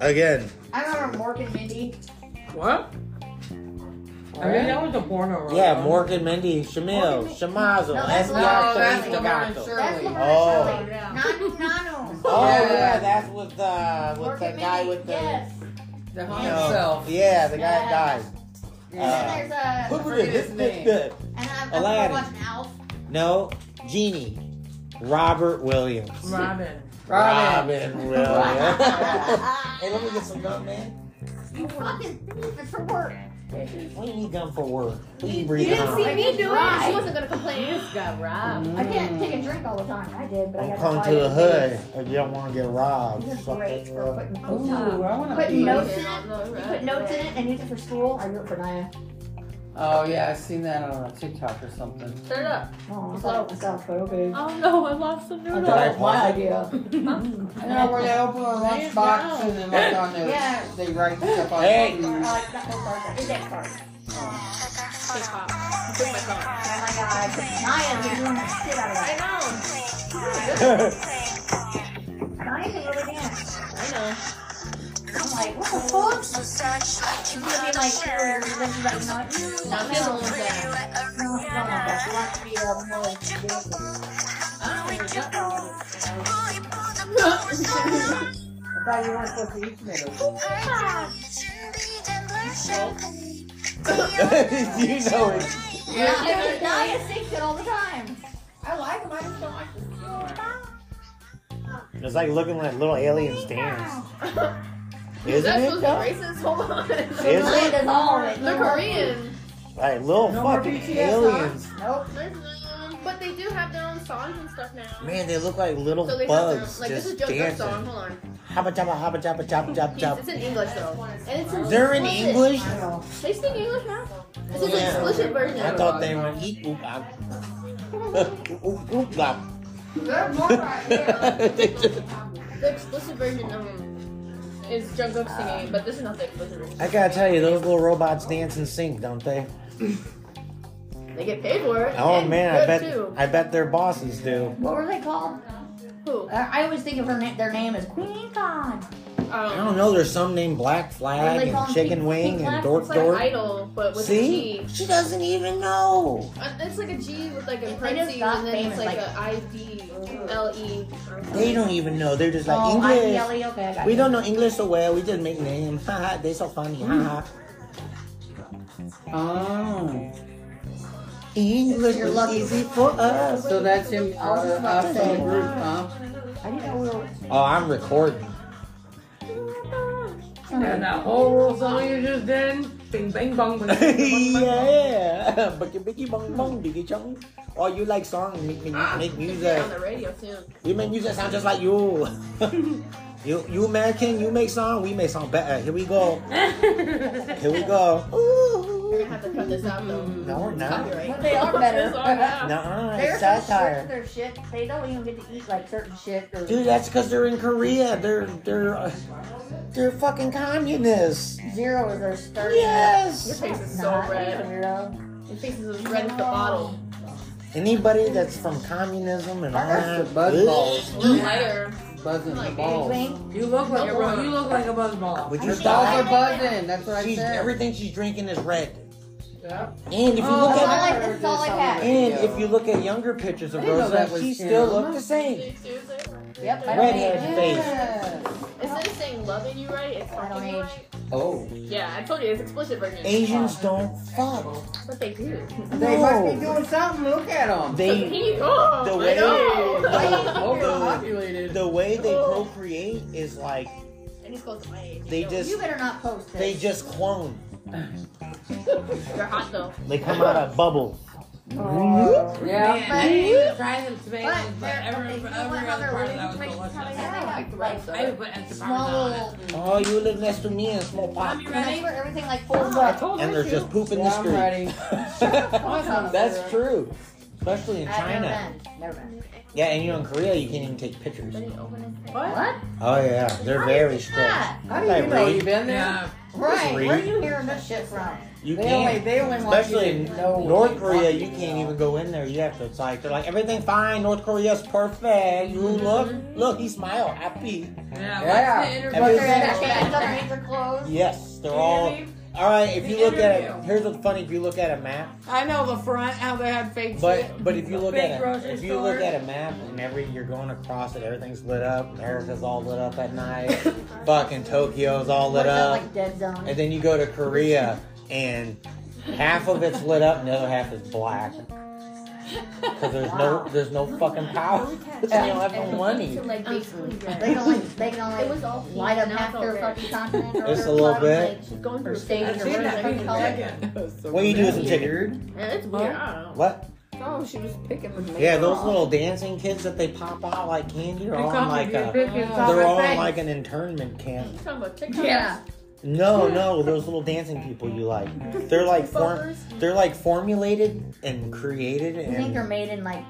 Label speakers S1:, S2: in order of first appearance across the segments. S1: Again,
S2: I remember Mork and Mindy.
S3: What? I mean, that was a porno.
S4: Yeah, Morgan, Mindy, Shamil, Shamazo,
S2: No, that's
S4: FBI,
S2: Lauren
S4: Police,
S2: Shirley. That's
S4: Gato.
S3: Lauren Shirley.
S2: Lauren
S1: Oh.
S2: Shirley. Not Nano.
S4: Oh
S3: Yeah.
S4: yeah, that's with uh with
S2: Mork
S4: the
S2: and
S4: guy
S2: Mindy,
S4: with the
S2: Yes.
S3: The
S4: you
S3: hung
S4: know,
S3: himself.
S4: Yeah, the guy
S2: Yeah.
S4: died.
S2: And
S4: Uh,
S2: then there's a.
S4: Who was
S3: forget his
S4: it?
S3: name.
S4: This-
S2: And I'm, I'm
S4: Aladdin.
S2: watching Alf.
S4: No, Genie. Robert Williams.
S3: Robin.
S4: Robin Williams. hey, let me
S2: you
S4: get some gum, man.
S2: fucking leave it for work.
S4: What do you need gum for work? What are you
S5: You
S4: breathing
S5: didn't
S4: on?
S5: see me do it.
S2: Right.
S5: She wasn't gonna complain. You just got robbed.
S2: I can't take a drink all the time. I did, but I
S4: Don't
S2: got
S4: come to a hood if you don't want to get robbed.
S2: This is
S4: Fucking,
S2: great for
S4: uh,
S2: putting
S3: Ooh,
S2: notes on.
S3: I want
S2: But
S3: to
S2: you know- Notes in it? You put notes in it and use it for school. I do it for Naya.
S3: Oh yeah, I seen that on TikTok or something.
S5: Shut up.
S2: Oh, I thought it myself, but okay.
S5: Oh no, I lost the
S4: Did I
S5: noodle.
S2: My
S4: pause it?
S2: idea.
S3: I know where they open a lunchbox and then like on there,
S2: Yeah.
S3: they write stuff on
S4: Hey.
S3: it.
S2: Oh, it's not those cards. It's that card. Oh my god. Naya is doing the shit out of
S5: I
S2: that.
S5: know.
S2: Naya can really dance.
S5: I know.
S2: I'm like, what the fuck? She's gonna be like, here, this is like, not
S5: Now I'm the only one that-
S2: No, no, no, no. She wants to be a more like dancer.
S5: I don't know what that
S3: I thought you weren't supposed to eat tomatoes.
S4: you know it.
S2: Yeah, Naya sings it all the time. I like them, I just don't like them.
S4: It's like looking like little aliens dance.
S5: is.
S4: Isn't
S5: That's
S4: it?
S5: supposed
S4: though?
S5: to be racist. Hold on.
S4: Is
S5: They're
S2: Naya
S4: it?
S2: does all of it.
S5: Korean.
S4: Like little
S3: No more
S4: fucking
S3: BTS
S4: aliens.
S2: Nope.
S5: But they do have their own songs and stuff now.
S4: Man, they look like little
S5: so they
S4: bugs
S5: have their own. Like this
S4: just
S5: is Joe's
S4: dancing.
S5: song. Hold on.
S4: Hubba jabba, hubba jabba, jabba jabba
S5: Jeez,
S4: jabba.
S5: It's in English though. And it's in
S4: They're in
S5: explicit.
S4: English.
S2: I know.
S5: They speak English now. This is
S4: Yeah.
S5: an explicit version.
S4: I thought they were eat oop op. Oop oop op.
S2: They're more right here.
S4: They just-
S5: The explicit version um, is Jungkook singing, but this is not the explicit version.
S4: I gotta tell you, those little robots dance and sync, don't they?
S5: They get paid for it.
S4: Oh
S5: and
S4: man,
S5: good
S4: I bet
S5: Too.
S4: I bet their bosses do.
S2: What were they called?
S5: Who?
S2: I I always think of her na- their name as Queen Con.
S4: I
S5: Um,
S4: don't know. There's some named Black
S2: They
S4: Flag
S2: call
S4: and
S2: them
S4: Chicken
S2: pink-
S4: Wing
S2: pink
S4: and
S2: flag,
S4: Dork
S5: it's like
S4: Dork.
S5: idol, but with a
S4: See,
S5: G.
S4: she doesn't even know.
S5: Uh, It's like a G with like a
S2: They just
S5: parentheses
S2: got
S5: and then
S2: famous,
S5: it's like,
S2: like-
S5: a I D L E.
S4: They don't even know. They're just like
S2: oh,
S4: English.
S2: IPLE, okay, I got
S4: We
S2: it.
S4: don't know English so well. We just make names. Haha, they so funny. Haha.
S3: Oh,
S4: English
S2: You're
S4: was
S2: lucky.
S4: easy for us.
S3: so that's in uh,
S2: I was just about to
S3: outside
S2: say.
S3: group, huh?
S2: I didn't know we were.
S4: Oh, I'm recording.
S3: And that whole rule song you just did, bing bang bong. bing, bang, bong, bing, bang, bong.
S4: yeah. Biggie biggie bong bong biggie chong. Oh, you like songs? Make, make, make music.
S5: on the radio soon.
S4: You make music sound just like you. you you American, you make song, we make song better. Here we go. Here we go.
S5: We're
S4: Ooh.
S5: gonna have to cut this out though.
S4: No, we're not.
S5: Copyright.
S2: But they are better.
S5: This song now.
S4: No,
S2: They're
S4: it's
S2: so strict for
S4: satire.
S2: their shit. They don't even get to eat like certain shit. Or,
S4: Dude, that's because they're in Korea. They're they're uh, they're fucking communists.
S2: Zero is their start.
S4: Yes.
S5: Your face is so
S2: Not
S5: red.
S2: Zero.
S5: Your face is as red as the bottle.
S4: Anybody that's from communism and all
S3: That's
S4: that.
S3: the bud balls.
S5: A little lighter.
S3: Buzzing the
S4: Oh.
S5: Like,
S3: balls.
S2: Wink.
S6: You look like
S5: You're wrong.
S6: you look like a buzz ball.
S4: Would you
S3: The
S4: stop?
S3: balls are buzzing. That's what I
S4: She's,
S3: said.
S4: everything she's drinking is red.
S3: Yep.
S4: And if you
S6: Oh,
S4: look
S2: That's all
S4: at
S2: I, that's all I had.
S4: and if you look at younger pictures of
S3: I didn't know that
S4: Rosa,
S3: was
S4: she
S3: him.
S4: still looked the same.
S2: Yep. I don't
S4: Redhead
S2: hate it.
S4: face.
S5: Instead of saying loving you right, it's
S2: I don't
S5: fucking you
S2: age.
S5: right.
S4: Oh.
S5: Yeah, I told you it's explicit version.
S4: Asians don't fuck.
S5: But they do.
S3: They must be
S4: No.
S3: doing something. Look at them.
S4: They
S5: Here you go.
S4: The
S5: oh, I
S4: way-
S5: know.
S3: Overpopulated.
S4: the way they procreate is like
S5: And he's close to my age.
S4: They
S5: Yo,
S4: just-
S2: You better not post this.
S4: they just clone.
S5: You're hot though.
S4: They come out of bubble.
S2: Oh.
S6: Yeah,
S2: But-
S6: I didn't even try them
S2: But
S6: tomatoes, but
S2: there,
S6: every,
S2: okay, you
S6: every
S2: know what
S6: other
S2: other
S6: part
S2: living
S6: that was
S2: places probably
S6: delicious.
S2: have? They have,
S6: I
S2: like
S6: would put extra
S2: small
S6: parmesan on
S2: little.
S4: Oh, you live next to me and small pot.
S6: Mommy
S2: And that's
S6: ready?
S2: where everything like folds
S4: Oh.
S2: up.
S4: And there's just poop in the
S3: Oh, Yeah, I'm
S4: street.
S3: ready.
S4: That's true. Especially in
S2: Uh, never
S4: China.
S2: mind. Never mind.
S4: Yeah, and you know in Korea you can't even take pictures.
S3: What?
S2: What?
S4: Oh yeah, they're very strict.
S2: Ah,
S3: How do you know you been there?
S6: Yeah.
S2: right. Where are
S4: Read.
S2: you hearing this shit from?
S4: You
S3: They only,
S4: can't.
S3: they only want you
S4: Especially
S3: to know.
S4: in
S3: what
S4: North
S3: they
S4: Korea,
S3: want
S4: you
S3: to
S4: can't
S3: know.
S4: even go in there. You have to. It's like they're like everything fine. North Korea's perfect. You
S3: Mm-hmm.
S4: look, look. He smiled, happy.
S3: Yeah.
S4: Everything-
S5: That's
S3: They
S5: what I
S3: change
S5: thought.
S3: up, make the clothes.
S4: Yes, they're all. All right. If
S6: The
S4: you look at it,
S6: interview.
S4: here's what's funny. If you look at a map,
S3: I know the front, how they had fake shit.
S4: But but if you look
S6: Big
S4: at a,
S6: grocery
S4: if you look
S6: store.
S4: at a map and every you're going across it, everything's lit up. America's all lit up at night. Fucking Tokyo's all lit
S3: What's that,
S4: up,
S3: like dead zone.
S4: and then you go to Korea and half of it's lit up and the other half is black. Cause there's no there's no fucking power. They don't have no money.
S7: Like basically red.
S2: They can only, they can
S7: It
S2: only
S7: was all pink,
S2: light up
S7: and I
S2: half
S7: felt
S2: their
S7: red.
S2: fucking continent. or
S4: It's a
S2: their
S4: little
S2: club,
S4: bit.
S7: Like, she's going
S2: Or
S7: through
S2: stage
S7: stages.
S2: or
S7: of
S2: whatever.
S7: red
S2: fucking color.
S6: chicken.
S4: What do you do with some chicken?
S3: Weird.
S5: Yeah, It's
S3: Well,
S5: weird. I don't know.
S4: What?
S5: Oh, she was picking the makeup
S4: Yeah, those
S5: off.
S4: little dancing kids that they pop out like candy are
S8: They
S4: on
S8: come
S4: like
S8: with your
S4: a
S8: pickles.
S3: Uh,
S4: they're all on like an internment camp.
S5: You talking about TikTok?
S7: Yeah.
S4: No, no, those little dancing people you like. They're like form, they're like formulated and created
S2: You think they're
S4: and
S2: made in like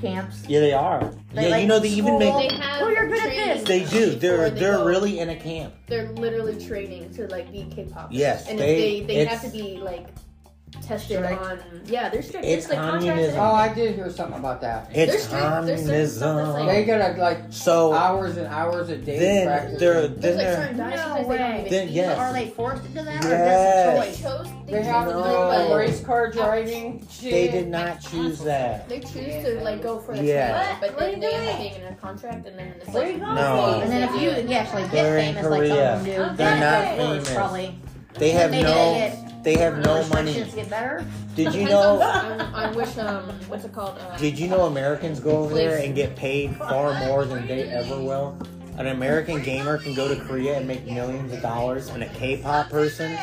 S2: camps?
S4: yeah, they are.
S2: They
S4: yeah, you
S2: like
S4: know they even
S5: They
S4: make
S5: have.
S2: Oh, you're good at this.
S5: training
S4: they do. They're
S5: before they
S4: they're
S5: go.
S4: really in a camp.
S5: They're literally training to like be K-pop.
S4: Yes,
S5: and
S4: they-
S5: they they, they
S4: it's-
S5: have to be like tested
S2: Strict.
S5: on. Yeah, they're strict.
S4: It's
S5: like contracts
S4: communism.
S3: Oh, I did hear something about that.
S4: It's
S5: strict- there's certain stuff that's
S4: communism.
S5: like-
S3: They got like
S4: so
S3: hours and hours a day
S4: Oh. then
S3: practice.
S4: they're
S5: and-
S4: then
S5: There's like
S4: they're
S5: certain diets
S2: No
S5: sometimes they don't
S2: way.
S5: even
S4: Then-
S5: eat.
S4: yes.
S2: Are they forced into that or
S4: Yes.
S5: They
S2: just a choice?
S5: chose. They,
S3: They
S5: chose
S3: have
S5: to do
S3: like
S5: it,
S3: race car driving shit.
S4: they did not choose that.
S5: but They choose to like go for the
S4: Yeah.
S5: training, but
S2: What are
S5: then
S2: you
S5: they end
S2: doing?
S5: up being in a contract, and then it's
S2: Where
S5: like
S4: No.
S2: And then if you yeah, actually get
S4: They're in
S2: famous like some of them
S4: Korea.
S2: do,
S4: They're not
S2: then
S4: famous.
S2: Probably.
S4: They have
S2: Maybe
S4: no
S2: they
S4: they have
S2: get
S4: no money.
S2: restrictions get better.
S4: Did you
S5: Depends
S4: know
S5: on, on, on which um what's it called? Uh,
S4: did you know Americans go over there and get paid far more than they ever will? An American gamer can go to Korea and make millions of dollars, and a K-pop person,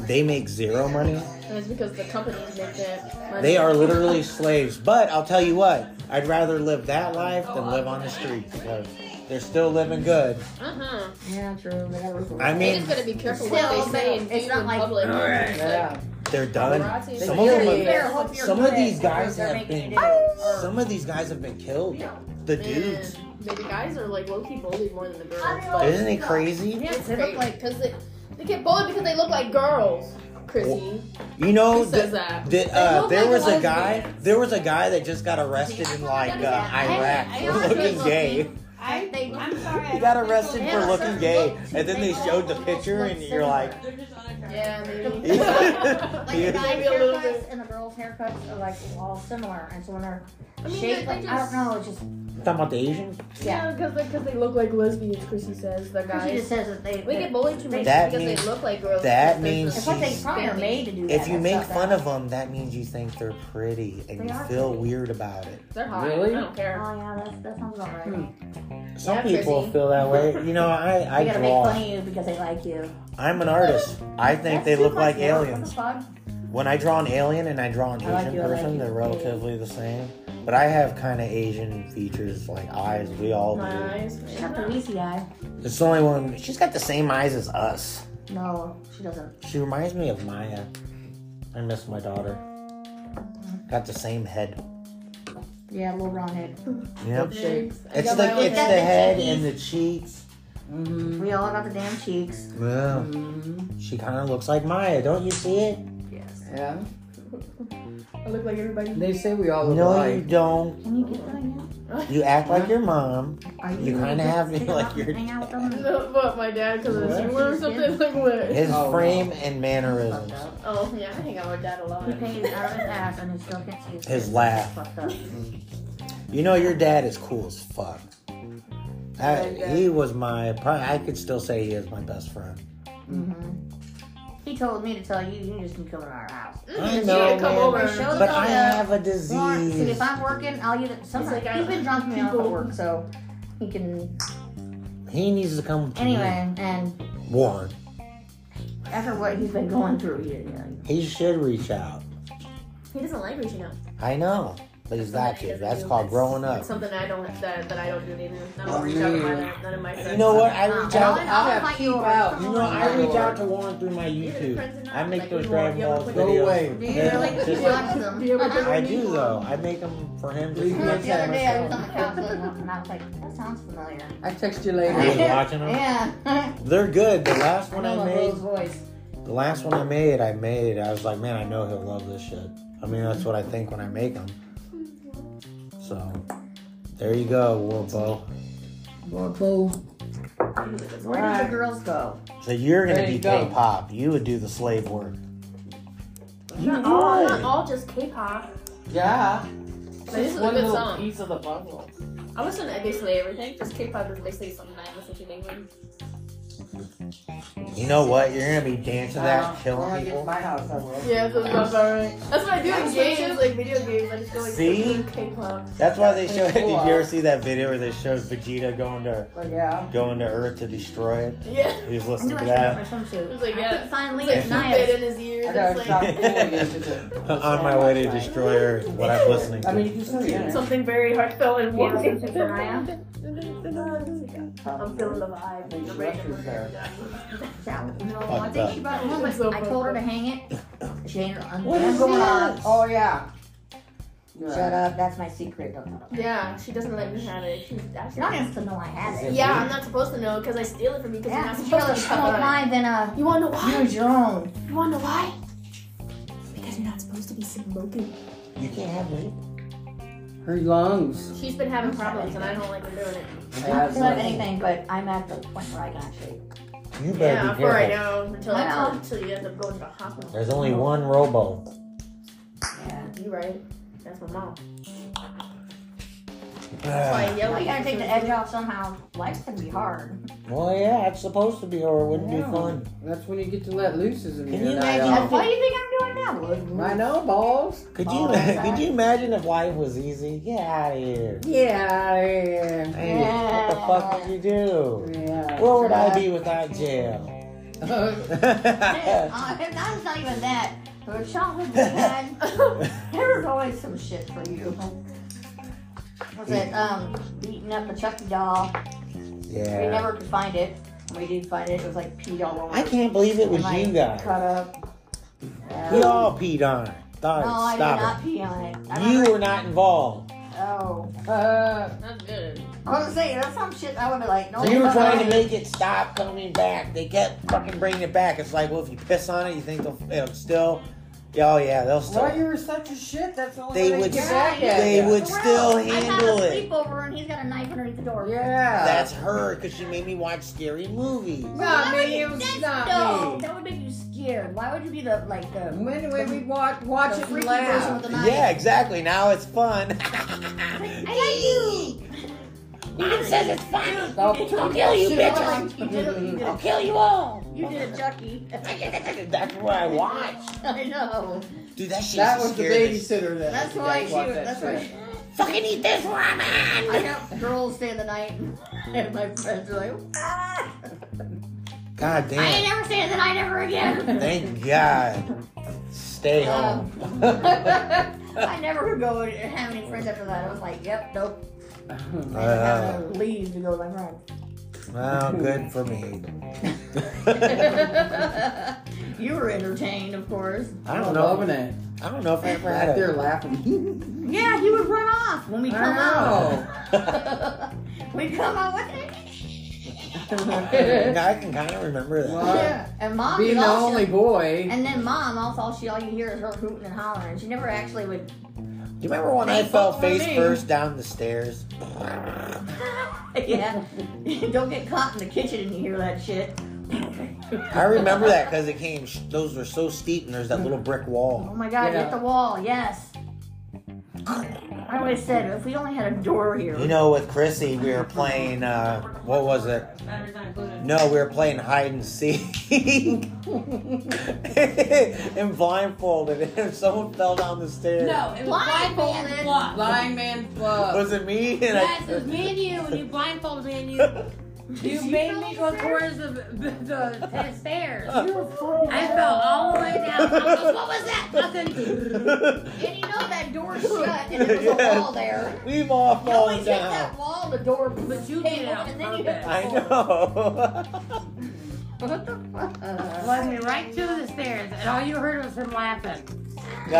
S4: they make zero money.
S5: and it's because the companies make that. Money.
S4: They are literally slaves. But I'll tell you what, I'd rather live that life than live on the street because they're still living good.
S5: Uh huh.
S2: Yeah, true. They got roof over
S4: I
S5: They
S4: mean,
S5: just gotta be careful
S2: Still,
S5: what they say and do
S2: it's
S5: in
S2: not like-
S5: public.
S3: Yeah.
S4: they're done.
S5: Paparazzi is
S4: Some
S5: like-
S4: of them,
S3: Really?
S4: are-
S2: Better hope you're
S4: some of
S2: good
S4: these
S2: at-
S4: guys
S2: they're
S4: have
S2: making
S4: been,
S2: you do it.
S4: some of these guys have been killed. The dudes,
S5: Man, Maybe guys are like low key bullied more than the girls. But
S4: isn't it crazy?
S5: yeah, it's
S2: They look
S5: crazy.
S2: like-
S5: because they, they get bullied because they look like girls. Chrissy,
S4: You know,
S5: who says
S4: Oh, the-
S5: that?
S4: The, uh,
S5: look
S4: there
S5: like
S4: was a
S5: lesbians.
S4: guy. There was a guy that just got arrested in like uh, Iraq
S2: I- I
S4: for
S2: don't
S4: looking
S2: think-
S4: gay.
S2: I, they, I'm sorry.
S4: He got arrested
S2: They
S4: for
S2: have a
S4: looking
S2: certain
S4: gay,
S2: look to-
S4: and then they
S2: all
S4: showed the
S2: almost
S4: picture,
S2: look
S4: and you're
S2: similar.
S4: like,
S6: They're just unattractive.
S5: Yeah, maybe.
S4: Yeah.
S2: Like the guys'
S5: Maybe a little
S2: haircuts and the girls' haircuts are like all similar, and so when they're
S5: I mean,
S2: shaped,
S5: they-
S2: like
S5: they
S2: I don't know, it's just
S4: talking about the Asians.
S2: yeah.
S5: Yeah, because they, cause they look like lesbians. Chrissy says the
S2: She just
S5: guys.
S2: says that they.
S5: We
S2: that-
S5: get bullied too much
S4: That
S5: because
S4: means-
S5: they look like girls.
S4: that
S5: because they're
S4: means
S5: just-
S2: It's like they probably are made to do that.
S4: If you
S2: and
S4: make
S2: stuff,
S4: fun
S2: that-
S4: of them, that means you think they're pretty, and
S2: They
S4: you
S2: are
S4: feel
S2: pretty.
S4: weird about it.
S5: They're hot.
S3: Really?
S5: I don't care.
S2: Oh yeah, that's, that sounds about right.
S4: Some
S5: Yeah,
S4: people
S5: Chrissy.
S4: feel that way. You know, I I
S2: they gotta make
S4: draw.
S2: fun of you because they like you.
S4: I'm an artist. I
S2: That's
S4: think they
S2: too
S4: look
S2: much
S4: like
S2: work. What
S4: aliens.
S2: the fuck?
S4: When I draw an alien and I draw an
S2: I like
S4: Asian
S2: you, I like
S4: person,
S2: you.
S4: they're relatively the same. But I have kind of Asian features, like eyes. We all do.
S5: My eyes.
S2: She's got the Weezy eye.
S4: It's the only one. She's got the same eyes as us.
S2: No, she doesn't.
S4: She reminds me of Maya. I miss my daughter. Got the same head.
S2: Yeah, little round head.
S4: Yep.
S3: Shakes.
S4: It's
S3: got
S4: the
S3: my own
S4: it's the
S2: head.
S4: head and the cheeks.
S3: Mm-hmm.
S2: We all got the damn cheeks.
S4: Yeah. She kind of looks like Maya. Don't you see it?
S2: Yes.
S3: Yeah.
S5: I look like everybody.
S3: They say we all look
S4: No, you
S3: alike.
S4: don't.
S2: Can you get that again?
S4: You act like your mom.
S2: Are
S4: You kinda have me
S2: Take it
S4: like
S2: out and
S4: you're-
S2: Hang out with them.
S5: What my dad because of his
S4: What?
S5: humor or something like what?
S4: His
S3: Oh,
S4: frame and mannerisms.
S2: Fucked up.
S5: Oh yeah, I hang out with dad a lot.
S2: He pays out of his ass and he still can't see his.
S4: His
S2: face.
S4: laugh.
S2: Fucked up.
S4: You know your dad is cool as fuck. I, he was my. Probably, I could still say he is my best friend.
S2: Mhm. He told me to tell you, you just can come to our house.
S4: I
S5: You
S4: know,
S5: gotta come
S4: man,
S5: over.
S2: Show them
S4: But I
S2: the
S4: have a
S2: warrant. See,
S4: disease.
S2: if I'm working, I'll either. Sometimes
S5: like, I-
S2: he's been drunk me off at
S5: people-
S2: work, so he can.
S4: He needs to come. to me.
S2: Anyway, and
S4: Warren.
S2: after what he's been going through, he, yeah,
S4: He should reach out.
S5: He doesn't like reaching out.
S4: I know, but he's got
S5: That's something
S4: to.
S5: I
S4: That's
S5: do.
S4: called growing up. Mm.
S5: It's something I don't that, that I don't do either. I don't reach out to my none of my friends.
S4: You know what? I
S2: I'll,
S4: reach
S2: I'll,
S4: out.
S3: I'll have
S2: invite
S3: keep
S2: you over.
S3: out.
S4: You know, I reach out to Warren through my
S5: Either friends or
S4: YouTube.
S5: not,
S4: I make
S5: like,
S4: those
S5: you are-
S4: Dragon
S5: you are
S4: Ball
S5: putting-
S3: Go
S4: videos.
S3: away.
S2: Do you really
S4: Just-
S2: watch them?
S5: Do you ever
S2: Uh-huh.
S4: I do though. I make them for him.
S3: Leave me
S2: The other day I was on the couch with one and I was like, that sounds familiar.
S3: I text you
S4: You was
S3: later.
S4: watching them.
S2: Yeah.
S4: They're good. The last
S2: I
S4: one
S2: know
S4: I
S2: a
S4: made,
S2: girl's voice.
S4: The last one I made, I made. I was like, man, I know he'll love this shit. I mean, that's what I think when I make them. So, there you go, Warbo.
S2: Where do the girls go?
S4: So you're gonna
S3: There you
S4: be
S3: go.
S4: K-pop. You would do the slave work.
S3: You
S5: Oh,
S3: would.
S5: not all just K-pop.
S3: Yeah.
S5: this is
S3: Just
S5: a
S3: one
S5: good
S3: little
S5: song.
S3: piece of the puzzle.
S5: I listen to basically everything. Just K-pop is basically something I listen to in England.
S4: You know what? You're gonna be dancing that,
S3: Uh, when I
S4: killing
S3: get to
S4: people.
S3: my house, I will.
S5: Yeah, that's about right. That's what I do in games, like video games. I just go like
S4: See?
S5: K-pop.
S4: That's why they show.
S3: It's
S4: Did you
S3: cool.
S4: ever see that video where they showed Vegeta going to
S3: Like, yeah.
S4: going to Earth to destroy it?
S5: Yeah.
S4: He was
S2: When do
S4: listening
S2: I
S4: to
S2: start
S4: that
S2: my swimsuit?
S5: It's like,
S2: I
S5: yeah.
S2: couldn't find
S5: It's
S2: Leah's
S5: like
S2: knives.
S5: Cupid in his ears.
S3: I
S5: It's
S3: gotta stop
S5: like
S3: fooling you to do-
S4: on my way to destroy Earth. What I'm listening
S3: I mean,
S4: to.
S3: you can still get it.
S5: something very heartfelt and
S2: Yeah,
S5: warm.
S2: swimsuit for Naya.
S5: I'm feeling the vibe.
S3: Maybe
S5: I'm ready to
S3: Russia's there.
S2: Yeah, No, I
S4: Fucked
S2: think
S4: up.
S2: she brought one,
S5: So
S2: but I told her to
S5: fucked
S2: hang it. She ain't I'm
S3: What is
S2: going
S3: this?
S2: on.
S3: Oh, yeah. You're
S2: Shut
S3: right.
S2: up, that's my secret. Don't tell her.
S5: Yeah, she doesn't let me have it. She's
S2: You're not
S5: actually.
S2: supposed to know I have it.
S5: Yeah, I'm not supposed to know because I steal it from you because
S2: Yeah,
S5: you're
S2: you
S5: not
S2: rather
S5: supposed to cut
S2: smoke
S5: mine.
S2: mine than uh,
S5: You wanna know why?
S2: use your own.
S5: You wanna know why? Because you're not supposed to be smoking.
S4: You can't have me.
S3: Her lungs.
S5: She's been having problems and I don't like her doing it.
S2: I don't have anything, but I'm at the point where I can actually.
S4: You better
S5: Yeah,
S4: be
S5: for right
S4: careful.
S5: now until
S2: I'm out.
S5: until you end up going to the hospital.
S4: There's only one Robo.
S2: Yeah.
S5: You right? That's my mom. That's why
S4: Ah.
S5: I
S2: You
S5: yell at you.
S2: gotta take the edge off somehow. Life's gonna be hard.
S4: Well, yeah, it's supposed to be, or it wouldn't
S3: Yeah.
S4: be fun.
S3: That's when you get to let loose as a
S4: Can
S3: new
S4: you
S3: night
S4: imagine
S3: off.
S2: What do you think I'm doing now, Lou?
S3: I know, balls.
S4: Could you
S2: Oh, okay.
S4: could you imagine if life was easy? Get out of here.
S3: Yeah.
S4: Hey, what the fuck did you do?
S3: Yeah.
S4: Where would I be without jail?
S2: Uh, that's not even that. Your childhood was bad. there was always some shit for you. Was it um beating up the Chucky doll? We
S4: yeah.
S2: never could find it. We did find it. It was like peed all over.
S4: I can't believe it was
S2: And, like, Cut
S4: you guys.
S2: up. Yeah.
S4: We all peed on it.
S2: no,
S4: Thought it,
S2: I did
S4: stop
S2: not pee on it. I
S4: it. You
S2: remember-
S4: were not involved.
S2: Oh.
S3: Uh,
S5: That's good.
S2: I was saying, that's some shit I would be like, no.
S4: So you were
S2: fuck
S4: trying
S2: way.
S4: to make it stop coming back. They kept fucking bringing it back. It's like, well, if you piss on it, you think they'll, they'll still. Oh yeah, they'll still.
S3: Why you were such a shit? That's the only
S4: They
S3: way
S4: would-
S3: get back at
S4: they
S3: ya.
S4: would
S2: Well,
S4: still
S2: I
S4: handle
S2: had a
S4: it.
S2: sleepover and he's got a knife underneath the door.
S3: Yeah.
S4: That's her because she made me watch scary movies.
S3: not
S2: Why would
S3: me.
S2: you
S3: It was
S2: just-
S3: not
S2: no,
S3: me.
S2: that would make you scared. Why would you be the like the,
S3: When when we watch watch
S2: the
S3: it
S2: freaky person with
S3: laugh.
S2: the knife?
S4: Yeah, exactly. Now it's fun.
S2: I like you. Mom says it's fun.
S3: I'll
S2: kill you,
S5: Like, you did it. You did it.
S2: kill you all. You did a Chucky.
S4: That's what I watched.
S2: I know.
S4: Dude, that shit
S3: That
S4: used to
S3: was the
S4: scare the sh-
S3: babysitter. That
S2: That's
S3: that
S2: why she
S3: watched
S2: was.
S3: that
S2: That's
S3: shit.
S2: why. She, Fucking eat this ramen. I know girls stay the night, and my friends are like, ah.
S4: God
S2: I ain't
S4: damn.
S2: never staying the night ever again.
S4: Thank God. Stay
S3: Um.
S4: home.
S2: I never could go and have any friends after that. I was like, yep, nope. I just
S4: Uh,
S2: have to leave to go with my friends.
S4: well, good for me.
S2: you were entertained, of course.
S4: I don't
S3: I'm
S4: know.
S3: loving it.
S4: I don't know if I ever
S3: Right
S4: had
S3: there
S4: it.
S3: laughing.
S2: Yeah, he would run off when we
S3: I
S2: come out.
S3: know.
S2: We'd come out with him.
S4: I can kind of remember that.
S3: Well,
S2: Yeah. And mom,
S3: Uh, Being
S2: would
S3: the
S2: all
S3: only boy.
S2: and then mom, also all she all you hear is her hooting and hollering. She never actually would.
S4: Do you remember when I
S3: Thank
S4: fell
S3: fuck for
S4: face
S3: me.
S4: first down the stairs?
S2: yeah, don't get caught in the kitchen and you hear that shit.
S4: I remember that because it came. sh- Those were so steep, and there's that little brick
S2: Oh
S4: wall.
S2: my god,
S3: Yeah.
S2: hit the wall, yes. I always said, if we only had a door here.
S4: You know, with Chrissy, we were playing. Uh, what was it?
S6: Battery's not included.
S4: No, we were playing hide and seek and blindfolded. And someone fell down the stairs.
S6: No, it was blindfolded.
S2: Blindfolded.
S6: block.
S3: Blind man's club.
S4: Was it me? And
S6: Yes,
S4: I,
S6: it was me and you, and you blindfolded me, and you you made me go towards the the, the, the stairs. I fell all the way down. I was like, what was that? Nothing.
S2: And you know that door's shut and there was a wall there.
S4: We've all
S2: You always hit
S4: fallen down.
S2: that wall, the door.
S6: But you did it on
S2: And then you hit
S6: purpose.
S2: the
S4: I know.
S2: What the fuck?
S6: It led me right to the stairs, and all you heard was him laughing.
S4: Ah.
S7: We used to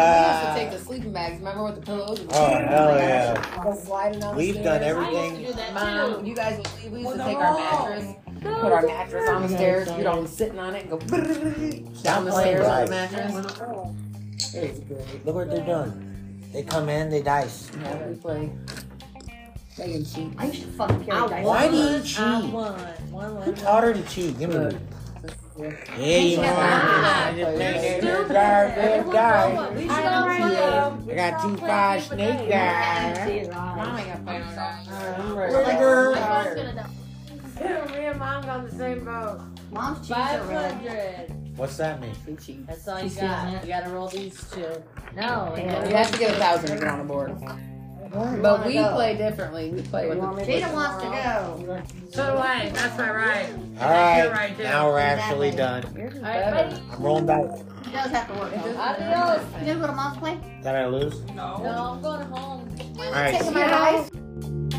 S7: take the sleeping bags. Remember with the pillows? and
S4: Oh hell yeah!
S7: Go sliding down
S4: We've done everything.
S7: Mom, you guys, would- we used to take our mattress
S3: put our mattress on the stairs. We'd always sitting on it and go down the
S4: playing
S3: stairs on the
S4: dice.
S3: mattress.
S9: It's great.
S4: Look what they're doing. They come in, they dice.
S3: Yeah, we play.
S9: They can cheat.
S2: I used to fucking carry dice.
S4: Why do you cheat?
S9: I won. One,
S4: Who
S9: one,
S4: taught her to cheat? Give me the. Yeah, you
S3: Ah,
S4: know.
S3: stupid.
S4: Dark, dark.
S5: We should
S2: I
S5: all
S2: already-
S5: play, uh,
S4: I got two five snake guy.
S3: Mom ain't got fun on that.
S5: oh my phone's
S4: Whatever.
S5: gonna die.
S6: Me and mom got the same boat.
S2: Mom's cheeks are
S9: Five
S2: red.
S9: hundred.
S4: What's that mean?
S3: She cheats.
S9: That's all you
S2: She's feeling
S9: got.
S2: it.
S9: You gotta roll these two. No.
S5: Oh,
S9: and
S2: Yeah.
S9: then-
S3: You have to get a thousand to get on the board.
S9: But we play differently. We play with
S2: Jada wants to go.
S6: So do I. That's my ride.
S4: All
S6: You're
S4: right,
S6: right, dude.
S4: now we're actually done.
S9: better.
S4: I'm rolling dice.
S2: She does have to work. though.
S9: Adios.
S2: You gonna go to mom's place?
S4: Did I lose?
S10: No, I'm going home.
S4: All right.
S2: Take my eyes.